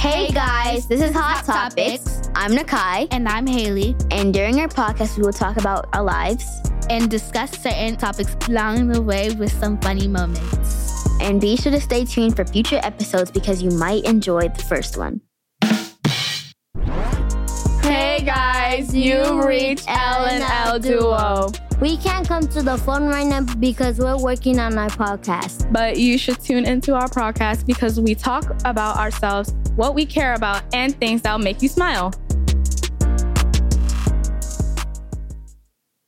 Hey guys, this is Hot Topics. I'm Nakai, And I'm Haley, and during our podcast, we will talk about our lives. and discuss certain topics along the way with some funny moments. And be sure to stay tuned for future episodes because you might enjoy the first one. Hey guys, you reach L and L Duo, We can't come to the phone right now because we're working on our podcast. but you should tune into our podcast because we talk about ourselves, what we care about, and things that'll make you smile.